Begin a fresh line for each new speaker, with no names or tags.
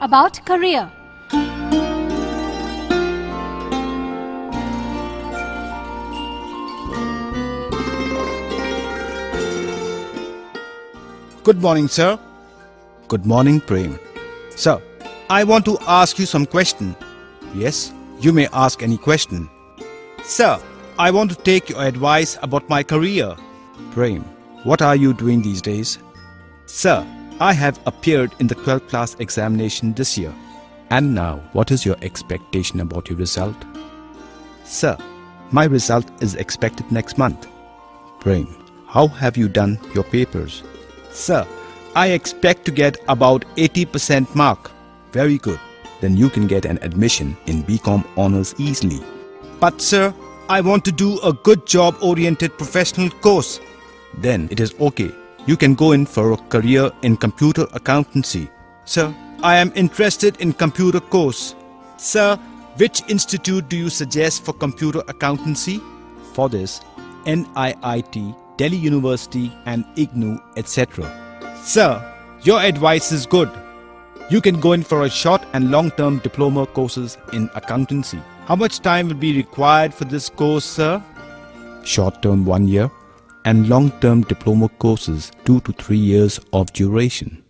about career.
Good morning, sir. Good morning, Prem. Sir, I want to ask you some question. Yes, you may ask any question. Sir, I want to take your advice about my career. Prem, what are you doing these days? Sir, I have appeared in the 12th class examination this year. And now, what is your expectation about your result? Sir, my result is expected next month. Prem, how have you done your papers? Sir, I expect to get about 80% mark. Very good. Then you can get an admission in BCom honors easily. But sir, I want to do a good job oriented professional course. Then it is okay. You can go in for a career in computer accountancy. Sir, I am interested in computer course. Sir, which institute do you suggest for computer accountancy? For this, NIIT, Delhi University and IGNU, etc. Sir, your advice is good. You can go in for a short and long term diploma courses in accountancy. How much time will be required for this course, sir? Short term, one year, and long term diploma courses, two to three years of duration.